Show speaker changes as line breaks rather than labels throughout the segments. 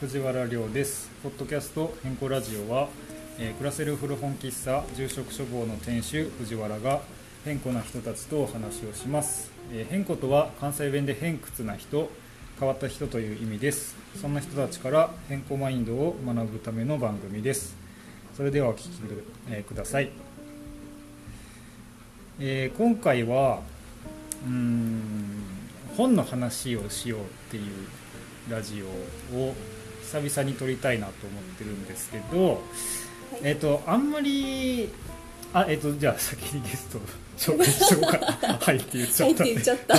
藤原亮ですポッドキャスト変更ラジオは、えー暮らせる古本喫茶住職処方の店主藤原が変更な人たちとお話をします、えー変更とは関西弁で偏屈な人変わった人という意味ですそんな人たちから変更マインドを学ぶための番組ですそれではお聞きくえーください、えー今回はうーん本の話をしようっていうラジオを久々に撮りたいなと思ってるんですけど、えっ、とあんまりあえっ、とじゃあ先にゲストを紹介しようかはいって言っち
は
ゃ
い
っ
ったて
んで
言っちゃった。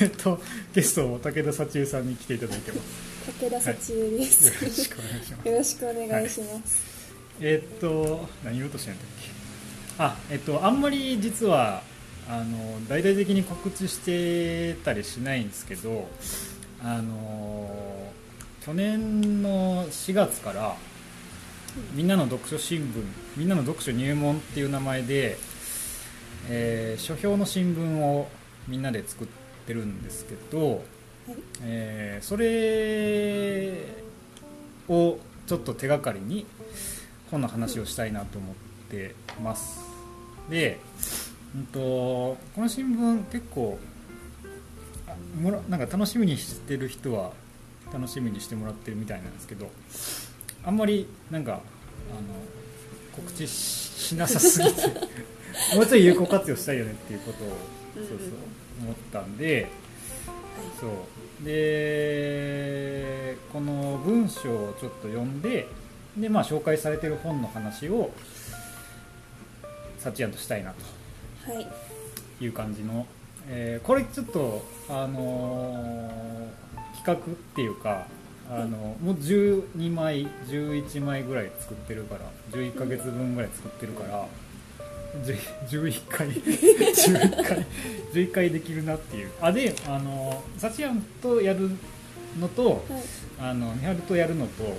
えっとゲストを武田幸恵さんに来ていただいてます
武田幸恵で
よろし
す。
くお願いします
よろしくお願いします。
えっと何言おうとしてんだっけあえっとあんまり実はあの大々的に告知してたりしないんですけどあの去年の4月からみんなの読書新聞みんなの読書入門っていう名前で、えー書評の新聞をみんなで作ってるんですけど、えーそれをちょっと手がかりに本の話をしたいなと思ってますで、うん、とこの新聞結構あもらなんか楽しみにしてる人は楽しみにしてもらってるみたいなんですけどあんまりなんかあの告知ししなさすぎてもうちょい有効活用したいよねっていうことをそうそう
うんうん
思ったんで。そうでこの文章をちょっと読んでで、まあ、紹介されてる本の話をサチヤンとしたいな
はい。
という感じの、えーこれちょっと、あのー企画っていうか、あのもう12枚11枚ぐらい作ってるから11ヶ月分ぐらい作ってるから。じゅ11回 11回11回できるなっていうあであのサチヤンとやるのと
はい。
あの美晴とやるのと
うんうん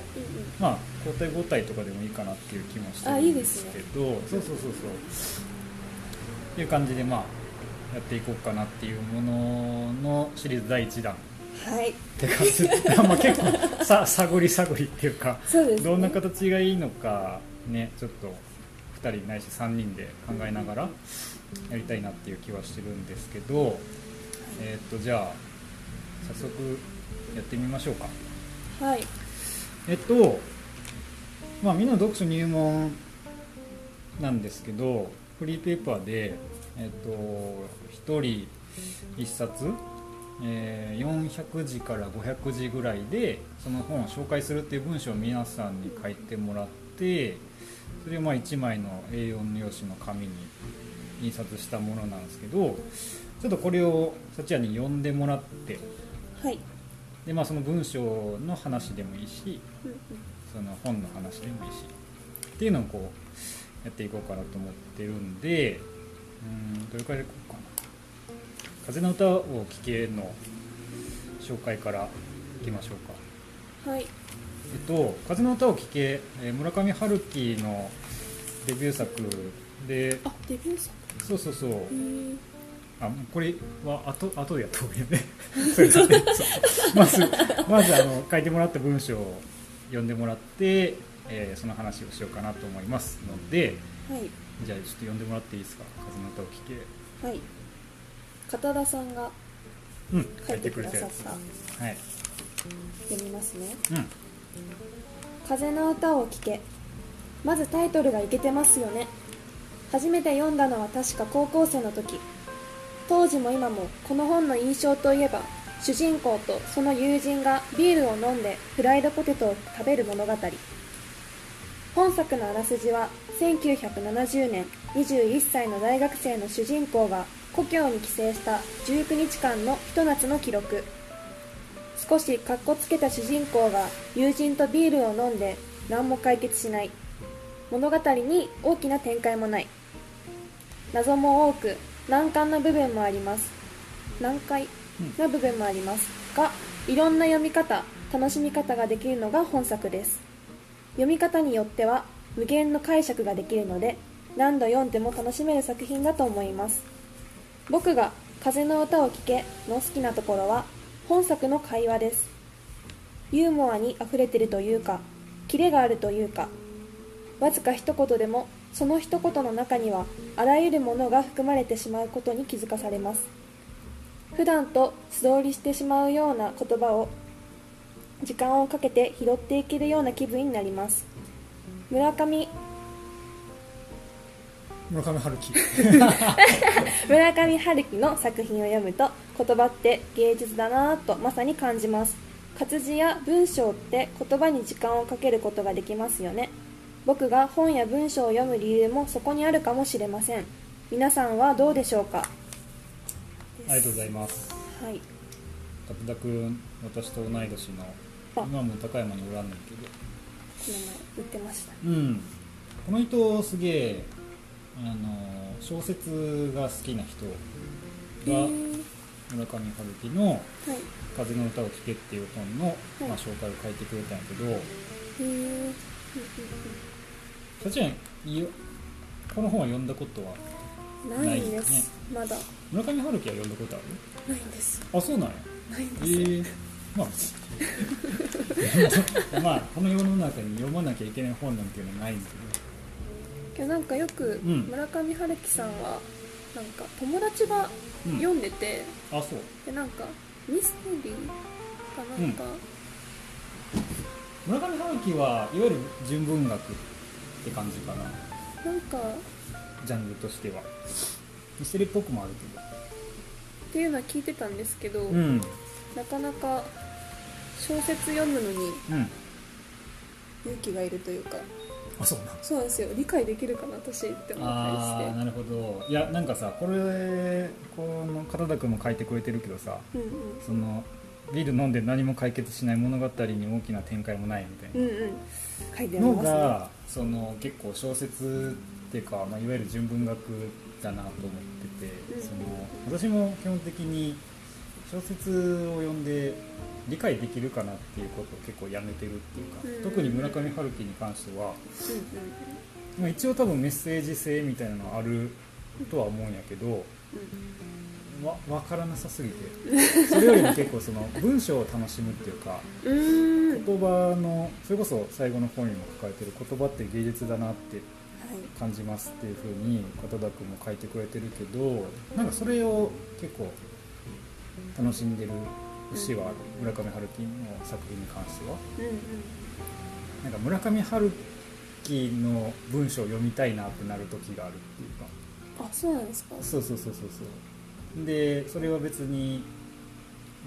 まあ交代交代とかでもいいかなっていう気もして
あ
る
い
ん
いで
です
すね
けどそうそうそうそうっていう感じでまあやっていこうかなっていうもののシリーズ第1弾っ
はい。
て感じまあ結構さ探り探りっていうか
そうです、ね。
どんな形がいいのかねちょっと2人ないし3人で考えながらやりたいなっていう気はしてるんですけど、えーっとじゃあ早速やってみましょうか。
はい。
えっと、まあ、みんな読書入門なんですけど、フリーペーパーで、えっと、1人1冊、えー400字から500字ぐらいで、その本を紹介するっていう文章を皆さんに書いてもらって、それをまあ1枚の A4 の用紙の紙に印刷したものなんですけど、ちょっとこれをさちやに読んでもらって、
はい。
でまあ、その文章の話でもいいし、
うんうん
その本の話でもいいしっていうのをこうやっていこうかなと思ってるんでうんどれくらいでいこうかな「風の歌を聴け」の紹介からいきましょうか
はい。
えっと「風の歌を聴け」えー村上春樹のデビュー作で
あ、デビュー作。
そうそうそう
えー
あもうこれは後後でやった方がいいよねそうですねそうまずまずあの書いてもらった文章を読んでもらって、えーその話をしようかなと思いますので
はい。
じゃあちょっと読んでもらっていいですか「風の歌を聴け
はい。片田さんが」
うん
書いてく
れ
だ
た
さ
や
っ
つ
た。
はい、
読みますね。
うん、
風の歌を聴けまずタイトルがイケてますよね初めて読んだのは確か高校生の時当時も今もこの本の印象といえば主人公とその友人がビールを飲んでフライドポテトを食べる物語本作のあらすじは1970年21歳の大学生の主人公が故郷に帰省した19日間のひと夏の記録少しかっこつけた主人公が友人とビールを飲んで何も解決しない物語に大きな展開もない謎も多く難関な部分もあります難解な部分もありますがいろんな読み方楽しみ方ができるのが本作です読み方によっては無限の解釈ができるので何度読んでも楽しめる作品だと思います僕が「風の歌を聴け」の好きなところは本作の会話ですユーモアにあふれてるというかキレがあるというかわずか一言でもその一言の中にはあらゆるものが含まれてしまうことに気づかされます普段と素通りしてしまうような言葉を時間をかけて拾っていけるような気分になります村上
村上春樹
村上春樹の作品を読むと言葉って芸術だなぁとまさに感じます活字や文章って言葉に時間をかけることができますよね僕が本や文章を読む理由もそこにあるかもしれません皆さんはどうでしょうか
ありがとうござ
い
います
ます、はい、
田田君私と同い年の
あ
今も高山におらんねんけど
この前言ってました
うんこの人すげえあの小説が好きな人
え
が
ー
村上春樹の
はい
「風の歌を聴け」っていう本の、
い
まあ、紹介を書いてくれたんやけど
えー
そっちはいよこの本は読んだことは
ないん
ない
で
ね
すまだ
村上春樹は読んだことある
ないんです
あそうなんや
ないんで
え
すよ、
ー、まあ まあこの世の中に読まなきゃいけない本なんていうのはないんだけど
いやなんかよく
うん
村上春樹さんはなんか友達が
うん
読んでて、
あそう
でなんかミステリーかなんか、
村上春樹はいわゆる純文学って感じかな
なんかっ
ジャンルとしてはミステリーっぽくもある
ていうのは聞いてたんですけど、
けどうん
なかなか小説読むのに
うん
勇気がいるというか
あそうなん
そうなんですよ理解できるかな私って思った
あ
り
あ
し
なるほどいやなんかさこれこの片田君も書いてくれてるけどさ
て
そのビール飲んで何も解決しない物語に大きな展開もないみたいな
うんうんうんうん書いてあり
の
ますね
がその結構小説っていうか、まあ、いわゆる純文学だなと思ってて、
うん
その私も基本的に小説を読んで理解できるかなっていうことを結構やめてるっていうか、
うん
特に村上春樹に関しては、まあ、一応多分メッセージ性みたいなのはあるとは思うんやけど
うんうんうん
わ分からなさすぎてそれよりも結構その文章を楽しむっていうか。
うーんはい
言葉のそれこそ最後の本にも書かれてる言葉って芸術だなって感じますっていうふうに片田君も書いてくれてるけどなんかそれを結構楽しんでる節はある村上春樹の作品に関しては
うんうん
なんか村上春樹の文章を読みたいなってなる時があるっていうか
あそうなんですか
そうそうそうそうそうでそれは別に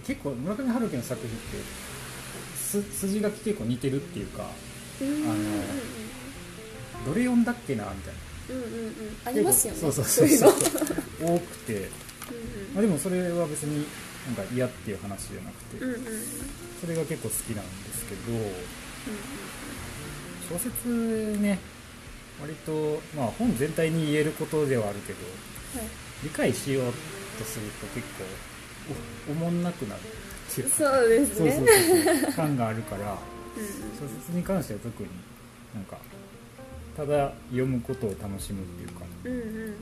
結構村上春樹の作品ってす筋書き結構似てるっていうか
うんうんうんうん
どれ読んだっけなみたいな
うんうんうんありますよね
そうそうそう
い
そう
の
多くて、まあ、でもそれは別になんか嫌っていう話じゃなくて、
うんうんうんうんうんうん
それが結構好きなんですけど小説ね割とまあ本全体に言えることではあるけど
は
理解しようとすると結構おおもんなくなるっていう
い
か
そうです
そう
ね
そうそうそう感があるから
うんうん
小説に関しては特になんかただ読むことを楽しむっていうか
うんうんうんうん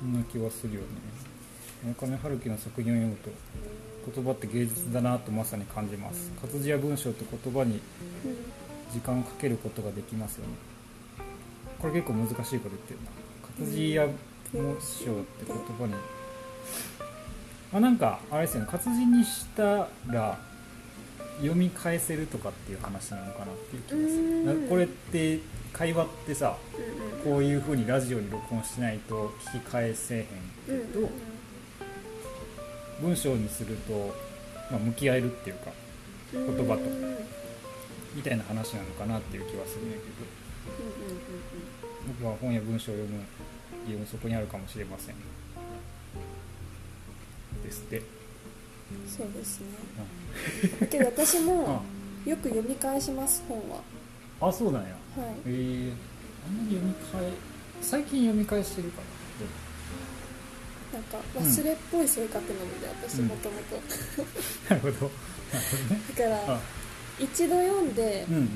そんな気はするよね村上春樹の作品を読むと言葉って芸術だなとまさに感じます活字や文章と言葉に
うん
時間をかけることができますよねこれ結構難しいこと言ってるな活字や文章って言葉にあなんかあれですよね活字にしたら読み返せるとかっていう話なのかなっていう気がする
うん
なこれって会話ってさ
うん
こういう風にラジオに録音しないと聞き返せへん
うん
けど文章にすると、まあ、向き合えるっていうか
うんうん
言葉と
うんうんうんうん
みたいな話なのかなっていう気はするんやけど僕は本や文章を読む理由もそこにあるかもしれませんですって、
そうで すね
う
けど私
ん
もよく読み返します本は
あそうなんや
はい
えー、あんまり読み返最近読み返してるかなでも
なんか忘れっぽい性格なので私
うん
もともと だ
なるほどなるほどね
から
あ
一度読んで
うんうん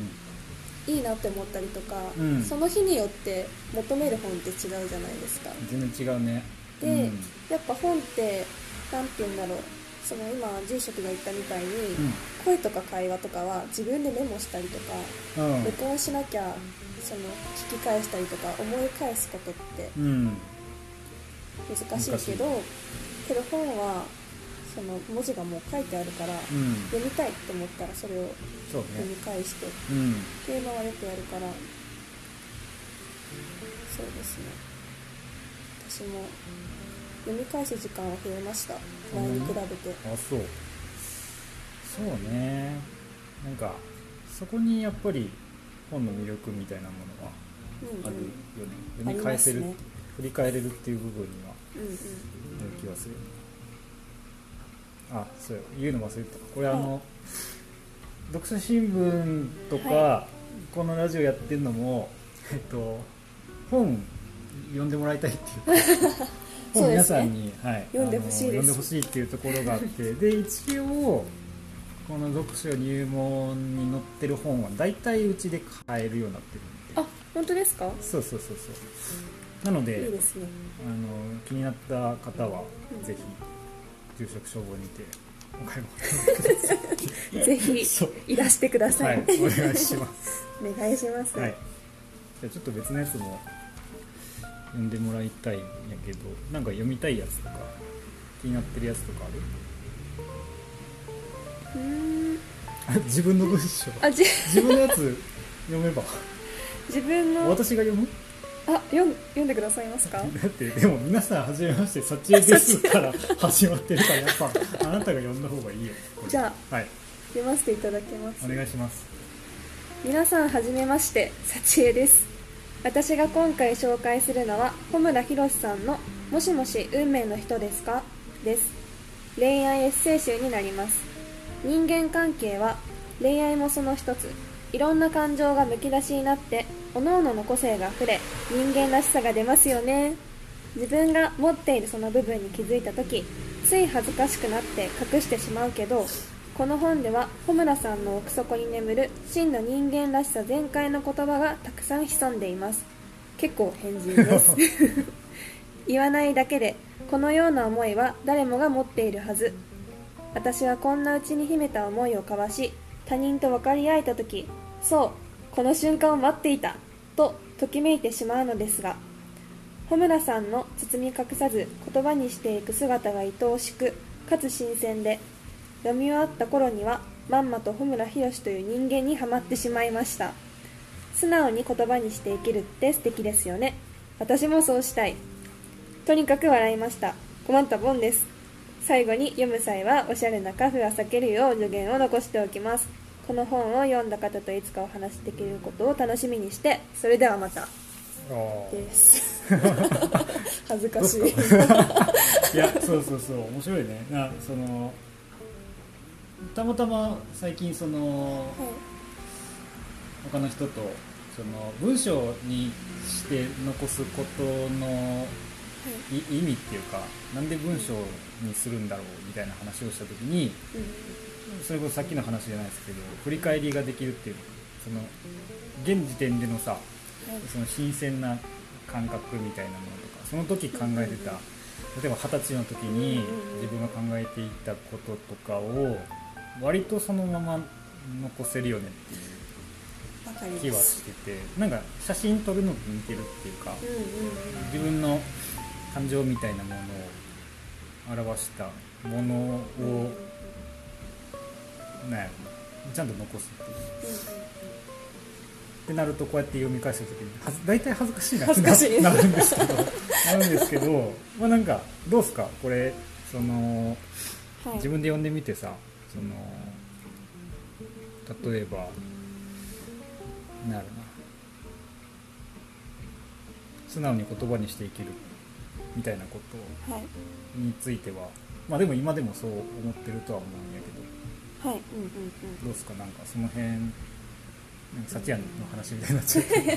いいなって思ったりとか、
うん
その日によって求める本って違うじゃないですか
全然違うね
で、やっぱ本って何て言うんだろうその今住職が言ったみたいに、
う
声とか会話とかは自分でメモしたりとか、
んうん
録音しなきゃその聞き返したりとか思い返すことって
うん
難しいけどけど本はその文字がもう書いてあるから、
うん
読みたいって思ったらそれを
そう
読み
ね
返してっ
うん
ていうのはよくやるからそうですね私も読み返す時間は増えました前に比べて、
あそうそうねなんかそこにやっぱり本の魅力みたいなものは
うん
あ
う
る
ん
よね読み返せる、
ありますね
振り返れるっていう部分には
うんうん
ある気がするあそう言うの忘れてたこれあの、
は
読書新聞とか、
は
このラジオやってるのもえっと本読んでもらいたいっていうか
そ
本皆
うですね
さんに、はい、
読んでほしいです
あの読んでほしいっていうところがあってで一応この読書入門に載ってる本は大体うちで買えるようになってるんで
あ本当ですか
そうそうそうそうなので
いいですね
あの気になった方は
うん
ぜひ住職消防にてお買い
ぜひ
そう
いらしてくだ
物
さ、
はいいお願いします
お願いします、
はいじゃあちょっと別のやつも読んでもらいたいんやけどなんか読みたいやつとか気になってるやつとか
うーん
ある 自分の文章
あじ
自分のやつ読めば
自分の
私が読む
あ読ん読んでくださいますか
だってでも皆さん初めまして「サチエです」 から始まってるからやっぱあなたが読んだ方がいいよ
じゃ
あはい
あ読ませていただきます
お願いします
皆さんはじめまして幸恵です私が今回紹介するのは小村博さんの「もしもし運命の人ですか?」です恋愛エッセイ集になります人間関係は恋愛もその一ついろんな感情がむき出しになって各々の個性があふれ人間らしさが出ますよね自分が持っているその部分に気づいた時つい恥ずかしくなって隠してしまうけどこの本では穂村さんの奥底に眠る真の人間らしさ全開の言葉がたくさん潜んでいます結構変人です 言わないだけでこのような思いは誰もが持っているはず私はこんなうちに秘めた思いを交わし他人と分かり合えた時そうこの瞬間を待っていたとときめいてしまうのですが穂村さんの包み隠さず言葉にしていく姿が愛おしくかつ新鮮で読み終わった頃にはまんまと穂村弘という人間にはまってしまいました素直に言葉にして生きるって素敵ですよね私もそうしたいとにかく笑いました困ったもんです最後に読む際はおしゃれなカフェは避けるよう助言を残しておきますこの本を読んだ方といつかお話しできることを楽しみにしてそれではまた
あー
です 恥ずかしい
どうですかいやそうそうそう面白いねなそのたまたま最近その他の人とその文章にして残すことのい意味っていうかなんで文章にするんだろうみたいな話をした時にそれこそさっきの話じゃないですけど振り返りができるっていうその現時点でのさその新鮮な感覚みたいなものとかその時考えてた例えば二十歳の時に自分が考えていたこととかを割とそのまま残せるよねっていう
わかり
気は
ます
しててなんか写真撮るのと似てるっていうか
うんうん
自分の感情みたいなものを表したもの
うんうん
をなんやろちゃんと残すっていう。ってなるとこうやって読み返した時にはず大体恥ずかしいなって
恥ずかしいです
ななるんですけどなるんですけどまあなんかどうですかこれその
はい
自分で読んでみてさその例えばなるな素直に言葉にして生きるみたいなこと
はい
についてはまあでも今でもそう思ってるとは思うんやけど
はいうんうん
どうですかなんかその辺なんかサチアンの話みたいになっちゃ って。
うん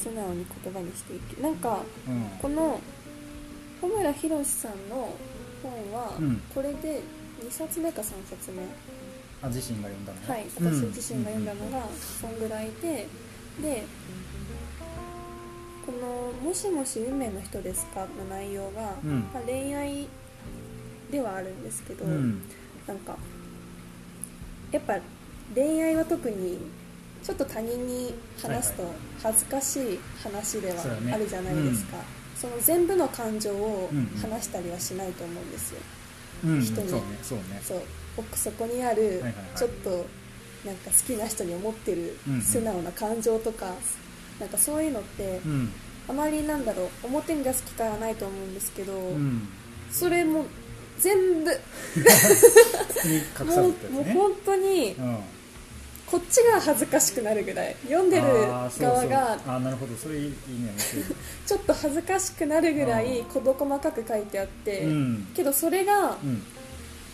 素直に言葉にしていくなんか
うん
この小村博さんの本は、
うん
これで2冊目か3冊目
あ自身が読んだのね
はい、
うん
私自身が読んだのがそんぐらいで、でこの「もしもし運命の人ですか?」の内容が、
うん
まあ、恋愛ではあるんですけど、
うん
なんかやっぱ恋愛は特にちょっと他人に話すと恥ずかしい話では
そうだね
あるじゃないですか、その全部の感情を
うんうん
話したりはしないと思うんですよ、
うんそ
人
うね
に
そうね
そう僕そこにある
はいはいはい
ちょっとなんか好きな人に思ってる
うんうん
素直な感情とか、なんかそういうのって
うん
あまりなんだろう表に出す機会はないと思うんですけど、
うん
それも全部
普通に隠され
も
て
う
る
もう
ね
本当に
うん
こっちが恥ずかしくなるぐらい読んでる
あーそうそう
側が
あーなるほどそれいいいいね面白い
ちょっと恥ずかしくなるぐらい
あー
事細かく書いてあって、
うん
けどそれが
うん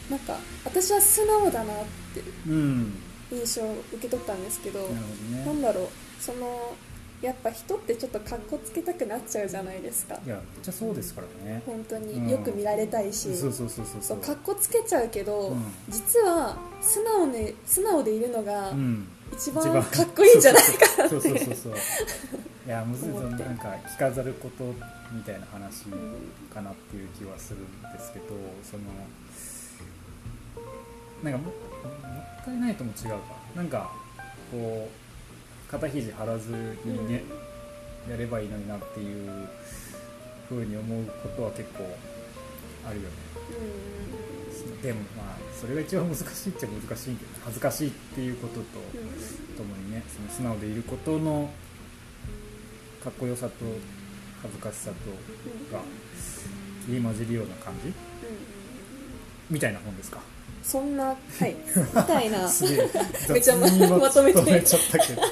なんか私は素直だなって
うんな
印象を受け取ったんですけど、
る
な
ほど
ん
ね
だろうそのやっぱ人ってちょっとかっこつけたくなっちゃうじゃないですか
いやめっちゃそうですからね
本当
うん
によく見られたいし、
そうそうそうそうそ
そう
う
かっこつけちゃうけど、
うん
実は素直に素直でいるのが
うん
一番かっこいいんじゃないかなって
そうそうそうそういやむずいそ
思
の
って
なんか着飾ることみたいな話かなっていう気はするんですけどそのなんかももったいないとも違うかなんかこう肩肘張らずにね、やればいいのになっていうふうに思うことは結構あるよねでもまあそれが一番難しいっちゃ難しいんだよね恥ずかしいっていうことと、
うんうん
ともにねその素直でいることのかっこよさと恥ずかしさと
うんうん
が入り混じるような感じみたいな本ですか
そ んな、はい、みたいな。
すげえ
めちゃま
雑に
まとめて
ちゃったけどい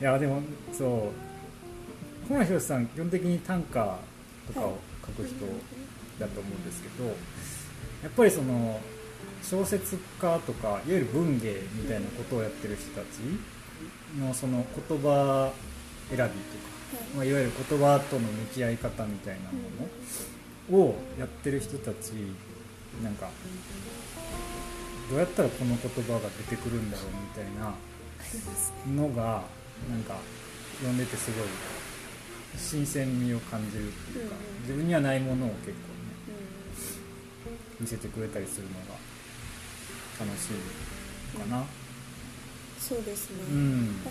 やでもそう本来ひろしさん基本的に短歌とか
は
を
い
書く人だと思うんですけどやっぱりその小説家とかいわゆる文芸みたいなことをやってる人たちのその言葉選びとか、まあ、いわゆる言葉との向き合い方みたいなものをやってる人たちなんかどうやったらこの言葉が出てくるんだろうみたいなのがなんか読んでてすごい新鮮味を感じるっていうか、
うんうん
自分にはないものを結構ね見せてくれたりするのが楽しいかな。
そうですね。
う
なん
ん
か、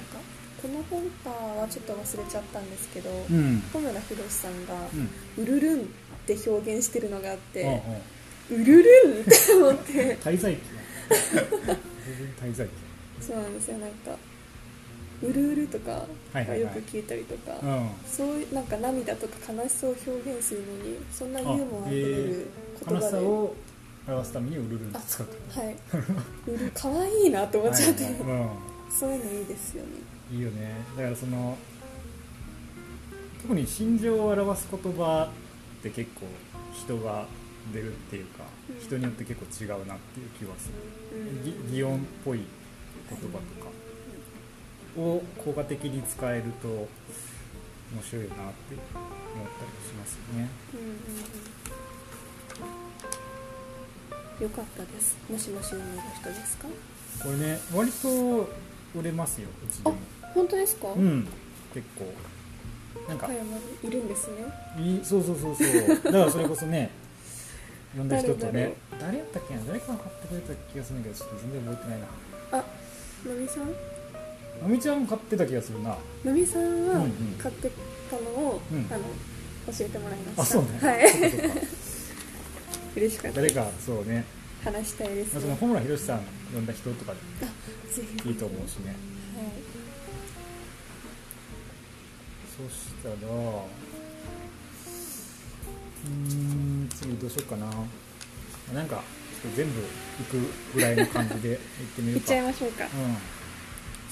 この本かはちょっと忘れちゃったんですけど、
うん
小村博さんが
う、ん
うるるんって表現してるのがあ
うん
っ
うん
て、うるるんって思って、
滞在期全然滞在期
そうなんですよ、なんか、うるうるとかが
はいはいはい
よく聞いたりとか、
うん
そういう、なんか涙とか悲しさを表現するのに、そんなユーモアあふれる言
悲し
葉
さ
で。
を表すためにウルルンを使うと
はい、うる可愛いなと思っちゃって、
はいはいうん
そういうのいいですよね。
いいよねだからその特に心情を表す言葉って結構人が出るっていうか
うん
人によって結構違うなっていう気はす
う
る、
ん
ぎ擬音っぽい言葉とかを効果的に使えると面白いなって思ったりしますよね
うんうんうんよかったです。もしもし運命の人ですか。
これね割と売れますようちでも
本当ですか。
うん結構なんか
岡山にいるんですね。
いそうそうそうそうだからそれこそね 呼んだ人と
誰だ
ね
ろう
誰やったっけな誰かが買ってくれた気がするんだけどちょっと全然覚えてないな
あ、のみさん。
まみちゃんも買ってた気がするな
のみさん
うん
は
うん
買ってたのを、
うん
あの教えてもらいました。
あそうね、
はい。
そっかそっか
嬉しかったで
誰
す。
かそうね
話したいです
その
ね。
穂村弘さん呼んだ人とか
ぜひ。
いいと思うしね
はい。
そしたらうーん次どうしようかななんかちょっと全部行くぐらいの感じで行ってみ
行
る
っ
か
ちゃいましょうか。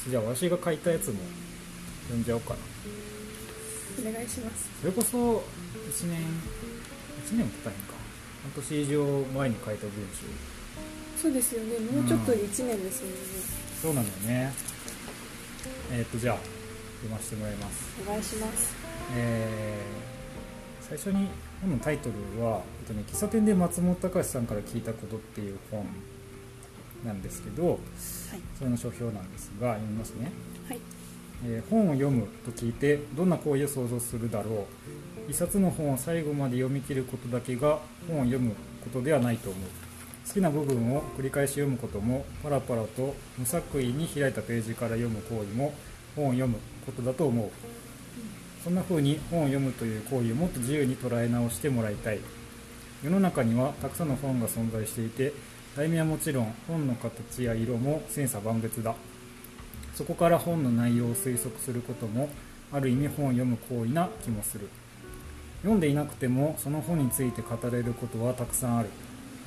うん、じゃあ私が書いたやつも読んじゃおうかな
お願いします。
それこそ1年1年も経たへんか半年以上前に書いた文章
そうですよね。もうちょっとで一年ですよね。
そうなんだよねえーっとじゃあ読ませてもらいます
お願いします。
えー最初に本のタイトルはえっとね「喫茶店で松本隆さんから聞いたこと」っていう本なんですけど
はい。
それの書評なんですが読みますね
はい。
えー本を読むと聞いてどんな行為を想像するだろう一冊の本を最後まで読み切ることだけが本を読むことではないと思う好きな部分を繰り返し読むこともパラパラと無作為に開いたページから読む行為も本を読むことだと思うそんな風に本を読むという行為をもっと自由に捉え直してもらいたい世の中にはたくさんの本が存在していて題名はもちろん本の形や色も千差万別だそこから本の内容を推測することもある意味本を読む行為な気もする読んでいなくてもその本について語れることはたくさんある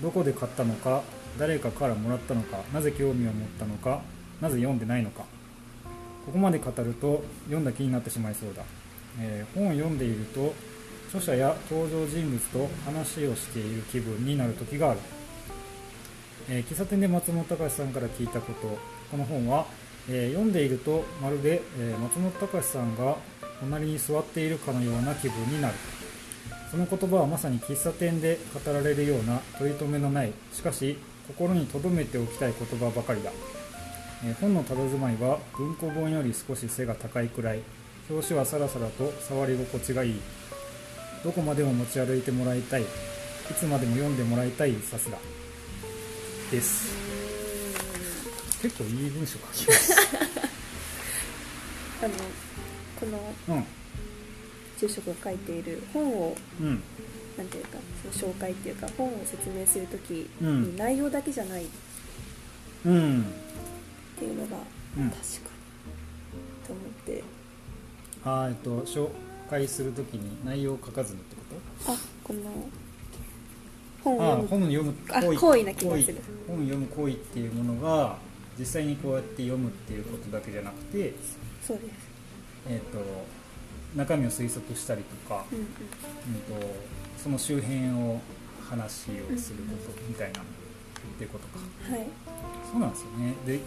どこで買ったのか誰かからもらったのかなぜ興味を持ったのかなぜ読んでないのかここまで語ると読んだ気になってしまいそうだ、えー本を読んでいると著者や登場人物と話をしている気分になる時がある、えー喫茶店で松本隆さんから聞いたことこの本は、えー読んでいるとまるで、えー松本隆さんが隣に座っているかのような気分になるその言葉はまさに喫茶店で語られるような取り留めのないしかし心に留めておきたい言葉ばかりだ、えー本のたたずまいは文庫本より少し背が高いくらい表紙はさらさらと触り心地がいいどこまでも持ち歩いてもらいたいいつまでも読んでもらいたい一冊だです結構いい文章書きます
あのこの
うん
住職が書いている本を
うん
なんていうかその紹介っていうか本を説明するとき
うん
に内容だけじゃないっ
うん
ていうのが
うん
確かにと思って
あーえっと紹介するときに内容を書かずにってこと
あこの本
あ
を
本を読む
あ
行為
行為な気がす
行為
る
本を読む行為っていうものが実際にこうやって読むっていうことだけじゃなくて、
そうです
えっと中身を推測したりとか、
うんうん
うん、とその周辺を話をすることみたいなっていうことか
はい
そうなんですよねで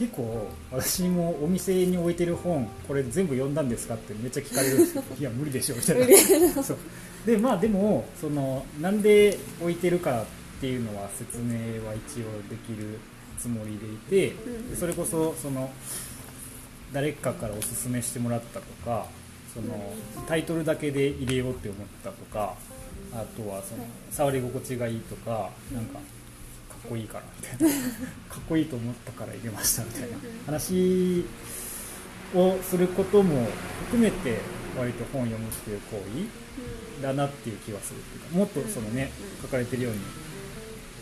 結構私もお店に置いてる本これ全部読んだんですかってめっちゃ聞かれるんですよいや無理でしょみたいな
無理
そうでまあでもそのなんで置いてるかっていうのは説明は一応できるつもりでいて、
うん
でそれこそその誰かからおすすめしてもらったとかそのタイトルだけで入れようって思ったとかあとはその
はい
触り心地がいいとかなんかかっこいいからみたいな かっこいいと思ったから入れましたみたいな話をすることも含めて割と本を読むっていう行為だなっていう気はするっていうかもっとそのね
うん
書かれてるように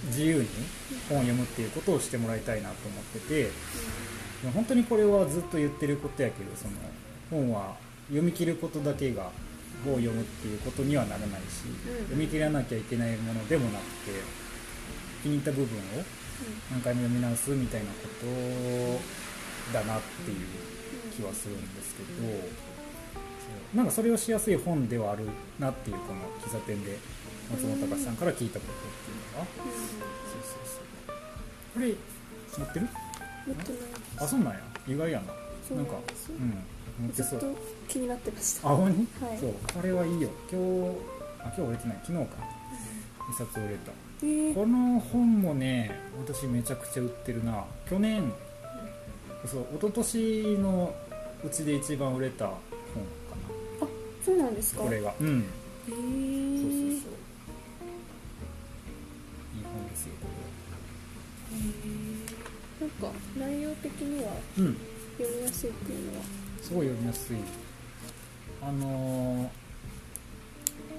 自由に本を読むっていうことをしてもらいたいなと思っててでも本当にこれはずっと言ってることやけどその本は読み切ることだけが本を読むっていうことにはならないし
うん
読み切らなきゃいけないものでもなくて気に入った部分を何回も読み直すみたいなことだなっていう気はするんですけど、そうなんかそれをしやすい本ではあるなっていうこの喫茶店で松本隆さんから聞いたことっていうのが、
うん
そうそうそうこれ持ってる
うんもっとない
あそうなんや意外やな
そう
な
なんん
か
ですよ
うん持って
ず
そ
っ
う
と気になってました
あほんに、
はい
そうこれはいいよ今日あ今日売れてない昨日か一冊売れた
えー
この本もね私めちゃくちゃ売ってるな去年そう一昨年のうちで一番売れた本か
そうなんです
な
か
これがうん
え
そうそうそうい
ー
い本ですよこ
へーなんか内容的には
れうん
読みやすいっていうのは
すごい読みやすいあのー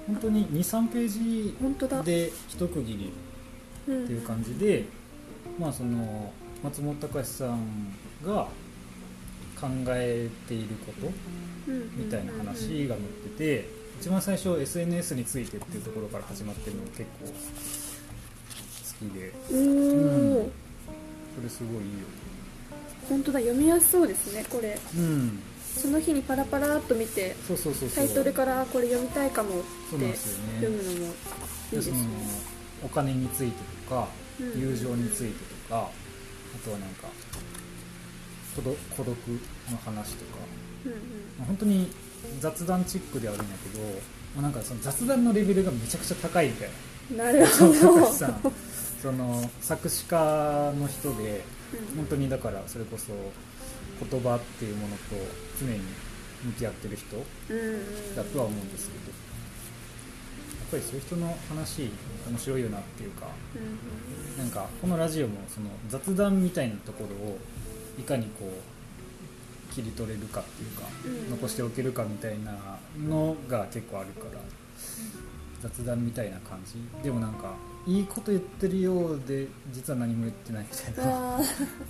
本当に23ページ
本当だ
で一区切り
うん
っていう感じで、まあ、その松本隆さんが考えていることみたいな話が載ってて一番最初 SNS についてっていうところから始まってるのが結構好きで
うんうんうん
う
おお
んそれすごいいいよ
本当だ読みやすそうですねこれ
うん
その日にパラパラっと見て
そうそうそうそ
タ
う
イトルからあこれ読みたいかもっ
そうなんで
て
すよね
読むのもいい
でそ
です
の
ね
お金についてとか
うん
友情についてとかあとはなんか孤独孤独の話とか
うんうん
まあ本当に雑談チックではあるんだけど、まあ、なんかその雑談のレベルがめちゃくちゃ高いみたい な
なるほ
そ
ど
の高橋さんその作詞家の人で
うん
本当にだからそれこそ言葉っていうものと常に向き合ってる人
うんうん
だとは思うんですけどこぱりそういう人の話面白いよなっていうか
うん
なんかこのラジオもその雑談みたいなところをいかにこう切り取れるかっていうか、
うん
残しておけるかみたいなのが結構あるから雑談みたいな感じでもなんかいいこと言ってるようで実は何も言ってないみたいな
あ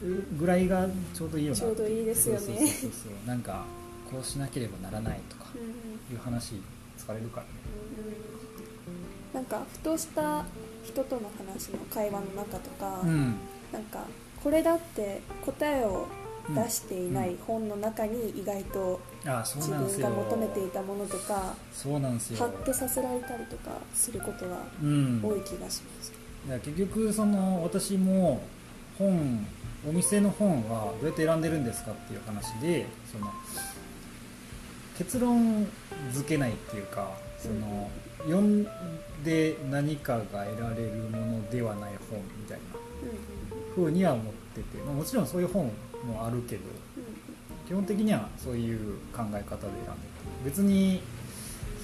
ー
ぐらいがちょうどいいよな
ちょうどいいですよね
そうそうそうそうなんかこうしなければならないとか
うんうん
いう話疲れるからね
なんかふとした人との話の会話の中とか、
うん
なんかこれだって答えを
うん
出していない本の中に意外と
ああそう
自
なんですよ
分が求めていたものとか
そうなんですよ
発揮させられたりとかすることが
うん
多い気がします。
だから結局その私も本お店の本はどうやって選んでるんですかっていう話でその結論付けないっていうかその読んで何かが得られるものではない本みたいな風には思ってて、まあ、もちろんそういう本もあるけど基本的にはそういう考え方で選んでて別に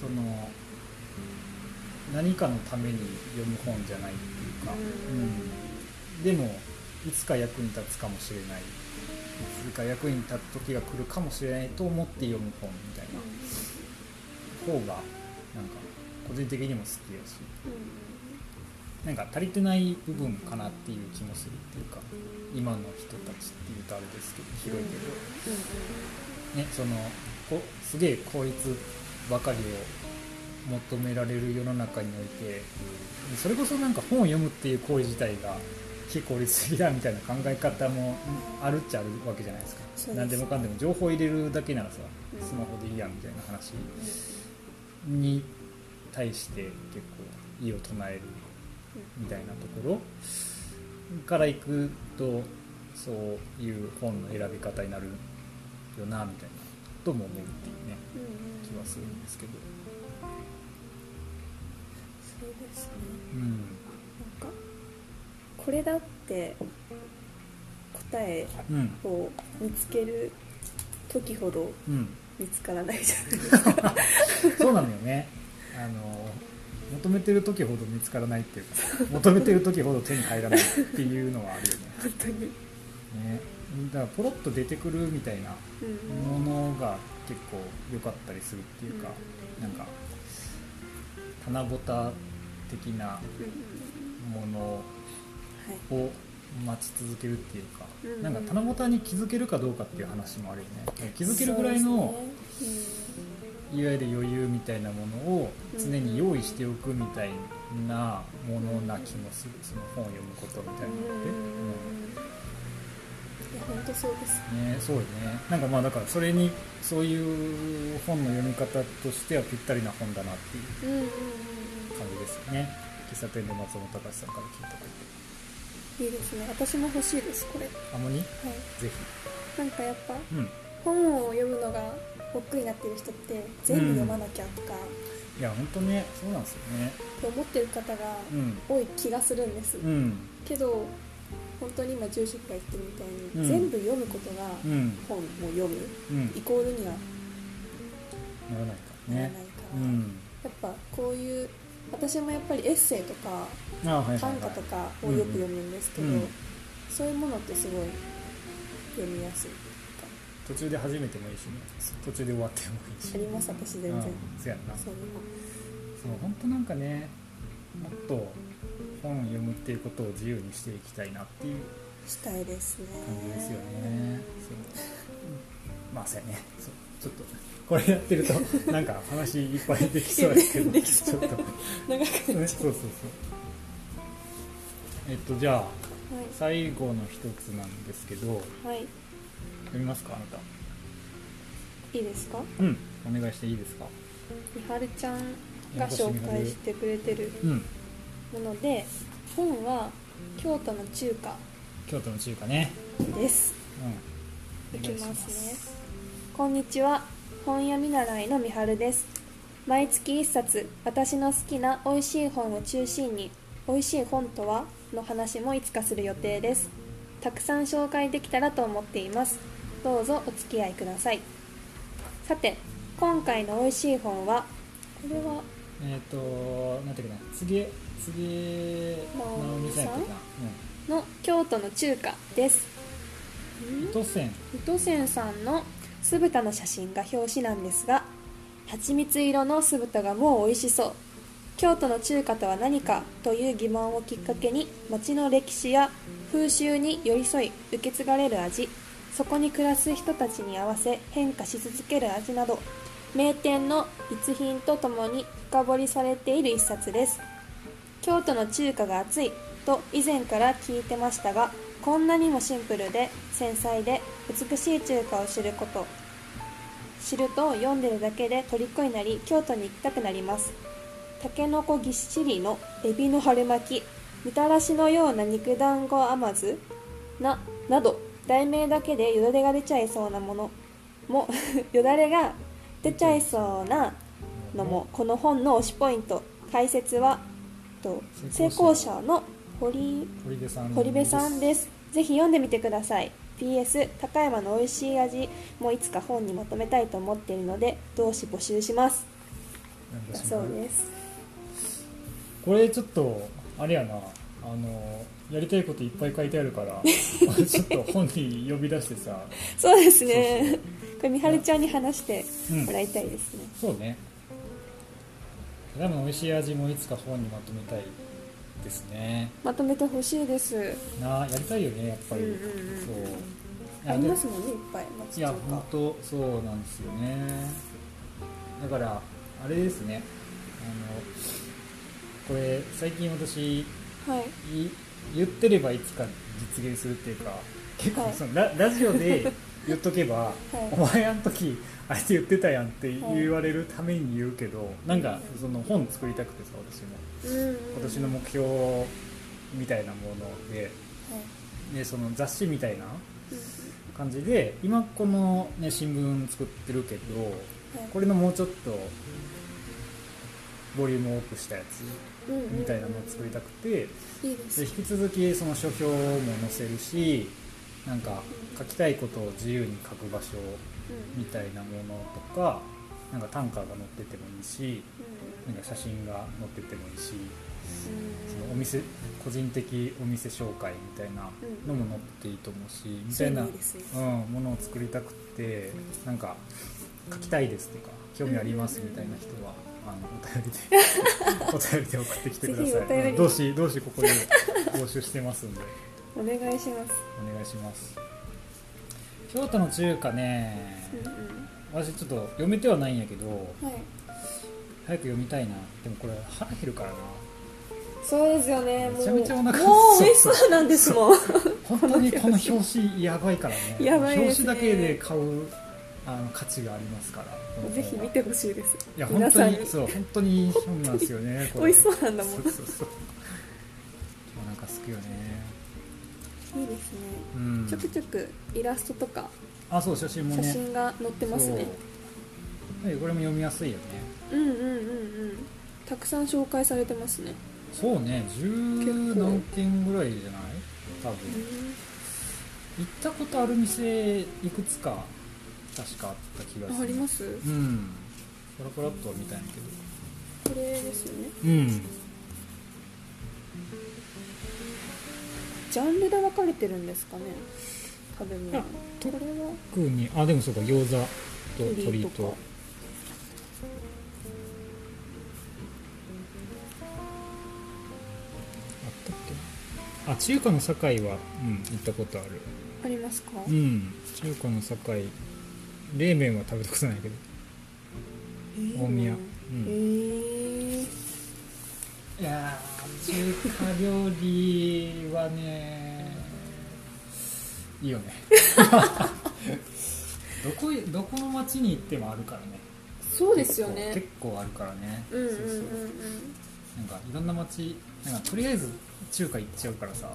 その何かのために読む本じゃないっていうか、うんでもいつか役に立つかもしれないいつか役に立つ時が来るかもしれないと思って読む本みたいな方がなんか個人的にも好きやしなんか足りてない部分かなっていう気もするっていうか今の人たちっていうとあれですけど広いけど。ね、そのこすげえ効率ばかりを求められる世の中においてそれこそなんか本を読むっていう行為自体が非効率的だみたいな考え方もあるっちゃあるわけじゃないですか
そうです
何でもかんでも情報入れるだけならさ
うん
スマホでいいやみたいな話に対して結構異を唱えるみたいなところからいくとそういう本の選び方になるよなみたいなとも思うっていうね気はするんですけど、
そうですね。
うん、
なんかこれだって答え
うん
を見つける時ほど
うん
見つからないじゃない
そうなのよね あの求めてる時ほど見つからないっていうか求めてる時ほど手に入らないっていうのはあるよ
本当に、
ねねだからポロッと出てくるみたいな
うん、
ものが結構良かったりするっていうか、なんか棚ぼた的な
うんうん
もの
はい
を待ち続けるっていうか、
うんうん
なんか棚ぼたに気づけるかどうかっていう話もあるよね気づけるぐらい
そ
の、
うですね
いわゆる余裕みたいなものを常に用意しておくみたいなものな気もするその本を読むことみたいなのって。
うん
うん
いや本当そうです
ね、そうよねなんかまあだからそれにそういう本の読み方としてはぴったりな本だなっていう
うんうんうんうん
感じですよね喫茶店で松本隆さんから聞いたこと
いいですね私も欲しいですこれ、はい、
あまにぜひ
なんかやっぱ
うん
本を読むのが億劫になってる人って全部読まなきゃとか、
いや本当ねそうなんですよね
って思ってる方が
うん
多い気がするんです、
うん
けど本当に今住職が言ってるみたいに、
うん
全部読むことが
うん
本を読む
うん
イコールには
ならないから
ならない
ね
から、
うん
やっぱこういう私もやっぱりエッセイとか
あはいはい
短歌
は
と
い
かをよく読むんですけど、
うんうん
そういうものってすごい読みやすい
途中で始めてもいいしね途中で終わってもいいし
あります私全然、
うんそうやんな
そういうの
そう本当なんかねもっと本読むっていうことを自由にしていきたいなっていう
したいですね
感じですよね。そうまあそうやねそうちょっとこれやってるとなんか話いっぱいできそうやけど
できそう
ちょっと、ね、
長く
そ
な
う
っちゃ
そうそうえっとじゃあ
う
最後の一つなんですけど
はい、はい、
読みますかあない
いですか
たうんお願いしていいですか
みはるちゃんが紹介してくれてる
うん
もので本は京都の中華
京都の中華ね
です
うん
いきますこんにちは本屋見習いのみはるです毎月1冊私の好きな美味しい本を中心に美味しい本とはの話もいつかする予定ですたくさん紹介できたらと思っていますどうぞお付き合いくださいさて今回の美味しい本はこれは
えっ、となんていうかな次次
直美さん
直美
の京都の中華です
うん糸線
糸線さんの酢豚の写真が表紙なんですが蜂蜜色の酢豚がもう美味しそう京都の中華とは何かという疑問をきっかけに町の歴史や風習に寄り添い受け継がれる味そこに暮らす人たちに合わせ変化し続ける味など名店の逸品とともに深掘りされている一冊です京都の中華が熱いと以前から聞いてましたがこんなにもシンプルで繊細で美しい中華を知ること知ると読んでるだけで虜になり京都に行きたくなりますたけのこぎっしりのエビの春巻きみたらしのような肉団子甘酢ななど題名だけでよだれが出ちゃいそうなものも よだれが出ちゃいそうなのもこの本の推しポイント解説はと成
成
功
功
者
者
の堀
堀部さん
堀部さんですぜひ読んでみてください PS 高山の美味しい味もいつか本にまとめたいと思っているので同志募集します
なんか
だ
そ
そ
の
うです
これちょっとあれやなあのやりたいこといっぱい書いてあるから ちょっと本に呼び出してさ
そうですねこれみはるちゃんに話して
うん
もらいたいですね、
そうねでも美味しい味もいつか本にまとめたいですね
まとめてほしいです
なあやりたいよねやっぱり、
うんうんうん
そう
あり
いや
ますもんねいっぱい
い
町中
や
華
本当そうなんですよねだからあれですねあのこれ最近私い
はい
言ってればいつか実現するっていうか結
は
構
い
そのララジオで言っとけば、お前あの時あれ言ってたやんって言われるために言うけど、なんかその本作りたくてさ私も
うんうん
今年の目標みたいなもので
はい
でその雑誌みたいな
うん
感じで今この、ね、新聞作ってるけど
はい
これのもうちょっとボリュームを多くしたやつ
うんうん
みたいなのを作りたくて
いいです
で引き続きその書評も載せるしなんか書きたいことを自由に書く場所みたいなものとかなんか短歌が載っててもいいしなんか写真が載っててもいいしそのお店個人的お店紹介みたいなのも載っていいと思うしみたいな
そういうのいいですね
うん、ものを作りたくてなんか書きたいですとか興味ありますみたいな人 は、あのお便りでお便りで送ってきてくだ
ぜひお
さ
便
い
り
うんどうしどうしここで募集してますんで
うんうんお願いします
お願いします京都の中華ね
うんうん
私ちょっと読めてはないんやけど
はい
早く読みたいなでもこれ腹減るからな
そうですよね。もう
めちゃめちゃお腹
もう美味しそうなんですもん。
本当にこの表紙やばいからね
やばいです
表紙
ね
だけで買うあの価値がありますからこの本は
ぜひ見てほしいです。
いや
皆
本
さ
当
んに
にそう本当にいい本なんですよ ねこ
美
れ
味しそうなんだもん。
そうそうそうお腹すくよね
いいですね。
うん
ちょくちょくイラストとか
あそう写真も
写
ね
真が載ってますね。
そうこれも読みやすいよね
うんうんうんうん。たくさん紹介されてますね。
そうね十
結構
何件ぐらいじゃない多分行ったことある店いくつか確かあった気がす
あ
る
あります。
うんパラパラっとは見たいんだけど
これですよね。
うん
ジャンルで分かれてるんですかね。食べ物。
あ
これは
特にあでもそうか餃子と鶏
鶏
と
とか
あったっけなあ中華の堺は、うん、行ったことある
ありますか。
う
へ
ん中華の堺冷麺は食べたことないけど
ー
大宮、う
へ
ん、
ー
いやー中華料理はねいいよ ねどこいどこの町に行ってもあるからね
そうですよね
結。構結構あるからね
うんうんうん
そう
う。
そうんなんかいろんな町なんかとりあえず中華行っちゃうからさ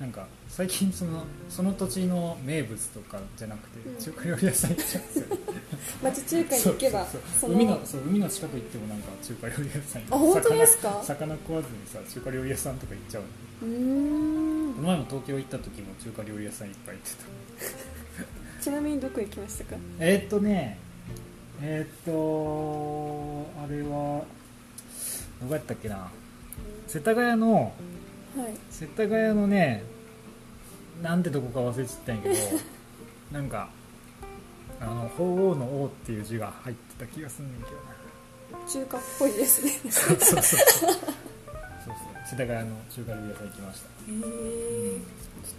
なんか最近そのその土地の名物とかじゃなくて、
うん
中華料理屋さん行っちゃうん ですよね
町中華に行けば
そうそう
そ
そう
の
海のそう海の近く行ってもなんか中華料理屋さん行って
あ本当ですか
魚魚食わずにさ中華料理屋さんとか行っちゃうの
うーん
この前も東京行った時も中華料理屋さんいっぱい行ってた
ちなみにどこ行きましたか
えーっとねえーっとあれはどこやったっけな世田谷の
はい
世田谷のねなんてとこか忘れちゃったんや けどなんかあの鳳凰の「王」っていう字が入ってた気がすんねんけどな
中華っぽいですねへ
そうそうそうそうそう世田谷の中華料理屋さん行きました
え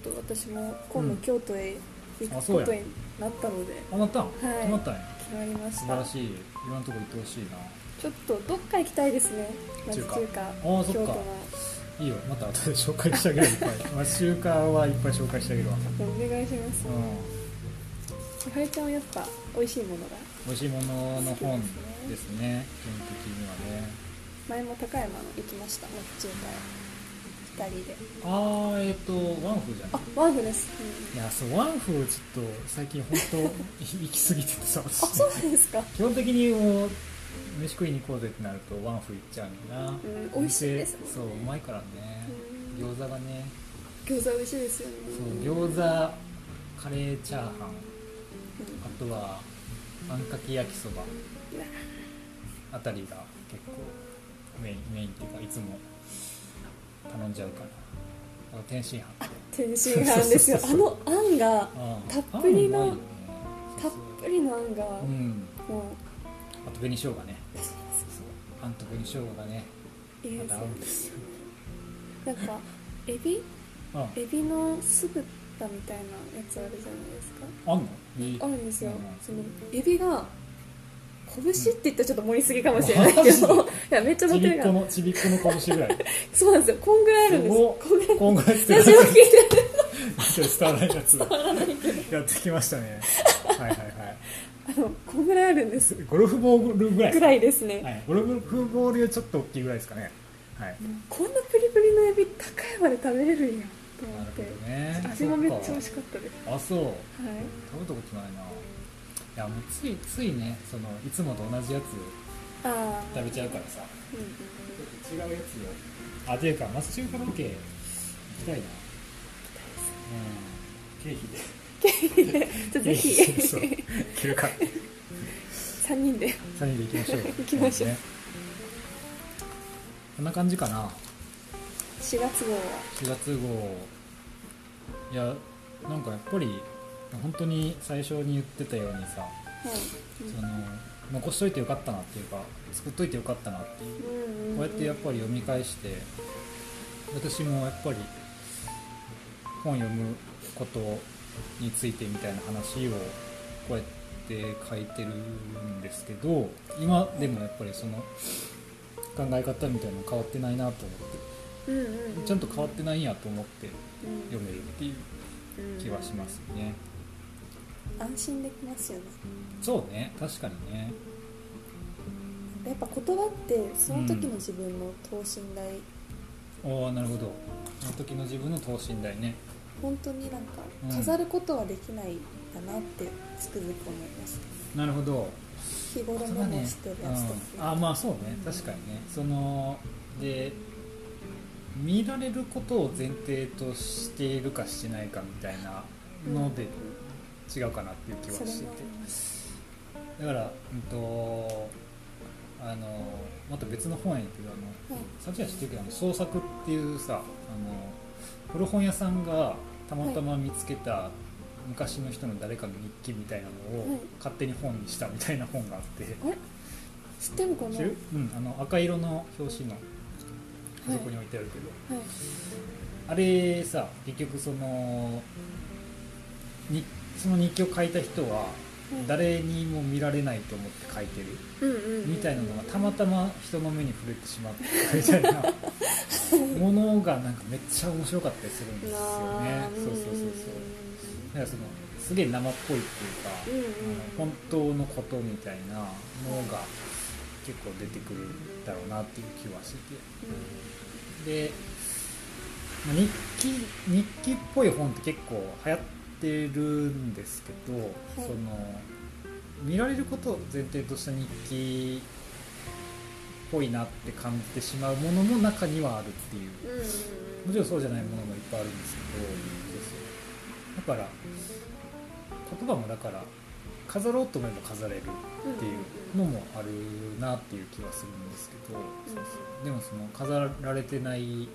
ちょっと私も今
う
度
ん
京都へ行く
あ
こ
そうや
とになったので
あなったん、
い
決まったんや
決まりま
素
し
晴
た
らしいいろんなとこ行ってほしい
ちょっとどっか行きたいですねまず
中華
中華
ああそっか
京都はい
いよまた後で紹介してあげるいっぱい まあ中華はいっぱい紹介してあげるわ
お願いします
うん
みはるちゃんはやっぱ美味しいものが
美味しいものの本ですね基本的にはね
前も高山行きました中華へ2人で
ああえっ、とワンフーじゃない
あワーフです、うん
いやそうワンフーちょっと最近本 当行き過ぎててさ
あそうなんですか、
基本的にもう飯食いに行こうぜってなるとワンフー行っちゃうんだな、
うん、美味しいです
お
も
店
んね
そううまいからね
うん
餃子がね
餃子美味しいですよね
そう餃子カレーチャーハン
うん
あとはあんかけ焼きそば
うわ
あたりが結構メインメインっていうかいつも頼んじゃうからあと天津飯
天津飯ですよ
そう
あ
そうそう
のあんが
うん
たっぷりの
あんうまいよね
たっぷりのあ
そう
んが
そううん
も
あと紅生姜ねそうあんと紅生姜がね
ういい
ま
です
た合うん
よ
ですよ、
なんかエビ
うん、あ
エビの酢豚みたいなやつあるじゃないですか
んのいい
あるんですよ、
うん
そのエビが拳って言ったらちょっと盛りすぎかもしれないけど、
うんマ
いやめっちゃ
ち
盛って
び
る
っ
か
こ
ら
のちびっこのかもしれない
そうなんですよこんぐらいあるんです
す
よ
ご
こんぐらい
今後やって
ラジオ 聞いてる
伝わらないやつやってきましたねはいはいはい
あのこんぐらいあるんです
ゴルフボールぐらい
ぐらいですね、
はい、ゴルフボールよりちょっと大きいぐらいですかねはい
こんなプリプリのエビ高山で食べれるんやと思
な
っ
る
て、
ほどね
味もめっちゃ美味しかったです
あそう
はい
食べたことないないやもうついついねそのいつもと同じやつ
ああ
食べちゃうからさ
うんう
違
ん
うやつをあというか松中華ロケ行きたいなうん経費で
うんじゃあぜひ
そう
3
休暇
人で
3人で行きましょう
行きましょう
そうねこんな感じかな
4月号は
4月号いやなんかやっぱり本当に最初に言ってたようにさ
はい
その残しといてよかったなっていうか作っといてよかったなっていう
うん
こうやってやっぱり読み返して私もやっぱり本読むことについてみたいな話をこうやって書いてるんですけど今でもやっぱりその考え方みたいなの変わってないなと思っ
うんうんう
て
ん
ちゃんと変わってないんやと思って
うん
読めるっていう気はしますよね
安心できますよね
そうね確かにね
やっぱ言葉ってその時の自分の等身大、
おおなるほどあの時の自分の等身大ね
本当になんか
うん
飾ることはできないんだなってつくづく思います、
なるほど
日頃
そうだ
メ
ね
モしてるやつと
うん
か、
あまあそうね確かにねそので見られることを前提としているかしてないかみたいなので違うかなっていう気は
それ
して
も
てだからうんとあのまた別の本やけどあの
はい
さっきは知ってるけどあの創作っていうさあの古本屋さんがたまたま見つけた昔の人の誰かの日記みたいなの
は
を
い
勝手に本にしたみたいな本があって、
知ってるかな
知るうん、あの赤色の表紙のあそこに置いてあるけど、
はい
あれさ結局そのにその日記を書いた人は誰にも見られないと思って書いてる
うんうんうん
みたいなのがたまたま人の目に触れてしまったみたい なものがなんかめっちゃ面白かったりするんですよね
あ。ー
そうそうそうそう。だからそのすげえ生っぽいっていうか、
うんう
あの
ん
本当のことみたいなのが結構出てくるだろうなっていう気はしててで、まあ日記日記っぽい本って結構流行ってるんですけど、その見られることを前提とした日記っぽいなって感じてしまうものも中にはあるっていう
うんうん
もちろんそうじゃないものもいっぱいあるんですけど、だから言葉もだから飾ろうと思えば飾れる
うん
っていうのもあるなっていう気はするんですけど、
うん
でもその飾られてない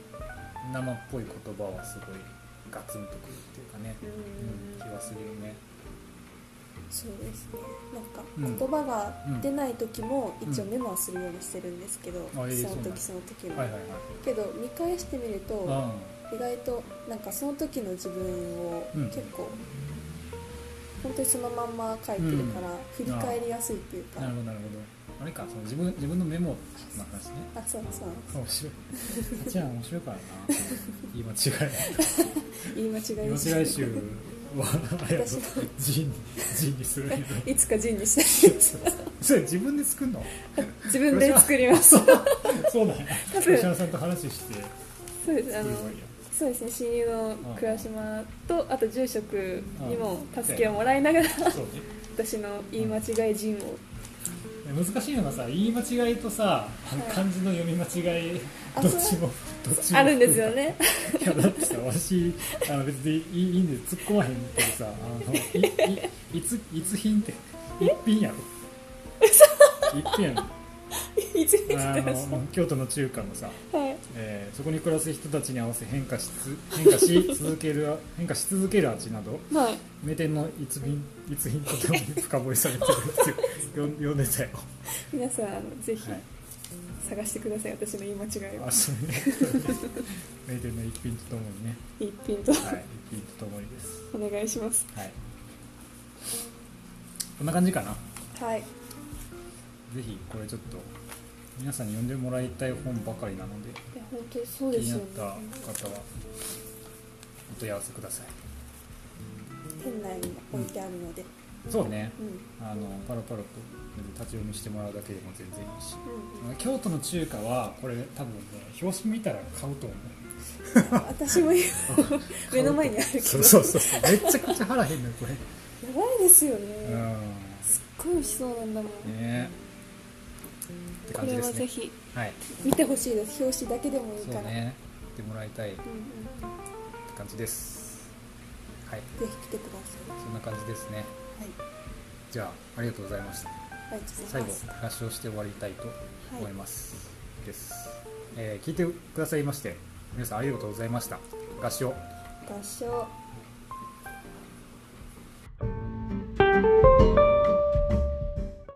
生っぽい言葉はすごいガツンとくるっていうかね、
うん
うん、気はするよね。
そうですね
う
なん
ん
か言葉が出ない時も
うん
一応メモはするようにしてるんですけど、
あええ
その時そ
そ
の時の、
はいはいはい。
けど見返してみる
う
と
ん
意外となんかその時の自分を
うん
結構、本当にそのまんま書いてるから振り返りやすいっていうか、
なるほどなるほど。あれかその自分自分のメモの話ね。
あそうそう
面白い。あちゃん面白いからな。言い間違
言い間違
い。言い
い
間違い集はあれやぞ
私の
ジンジンにするけど。
いつか陣にしたい
それ自分で作る の？
自分で作ります
そうだよ。
多分
吉野さんと話して
そうですあ
作れ
の
ばいいや。
そうですね親友の倉島とあと住職にも助けをもらいながら
そうね。
私の言い間違い陣を
難しいのがさ言い間違いとさ、あの
はい
漢字の読み間違い
あ
どっちもどっちも
あるんです よね
いやだってさ私あの別にいいいいんで突っ込まへんけどさあのいいいついつ品って一品やろ一品 やろ
一日
あ
ってまし
の京都の中華のさ、
たはい
えーそこに暮らす人たちに合わせ変化しつ 変化し続ける変化し続ける味など
はい
名店の一品一品とともに深掘りされてるっていう 読ん読んでたよ、
皆さんあのぜひ
はい
探してください私の言い間違いを
あそうね 名店の一品とともにね、
一品と
はい、一品とともにです、
お願いします
はい、こんな感じかな
はい
ぜひこれちょっと皆さんに読んでもらいたい本ばかりなので
いや本当にそう
気
です
にな
よ
っ
ね
た方はお問い合わせください
店内にも置いてあるので
そうね
うんうん
あのパラパラと立ち読みしてもらうだけでも全然いいし京都の中華はこれ多分ね表紙見たら買うと思う
私も今 目の前にあるけど
そうそうそうめちゃくちゃ腹減るのよこれ
やばいですよ
う
ね
ん
すっごい美味しそうなんだもん
ねえって
こ
感じ
れ
で
は
す
ぜ
ね
ひ
はい
見てほしいです表紙だけでもいい
そう
から
ねやってもらいたいって
うんうん
感じですはい
ぜひ来てくださ
そんな感じですね
い
じゃあありがとうございました
はいありがとうござ
最
い
後
ます
合唱して終わりたいと思い
は
ます、です、えー聞いてくださいまして皆さんありがとうございました合唱
い合唱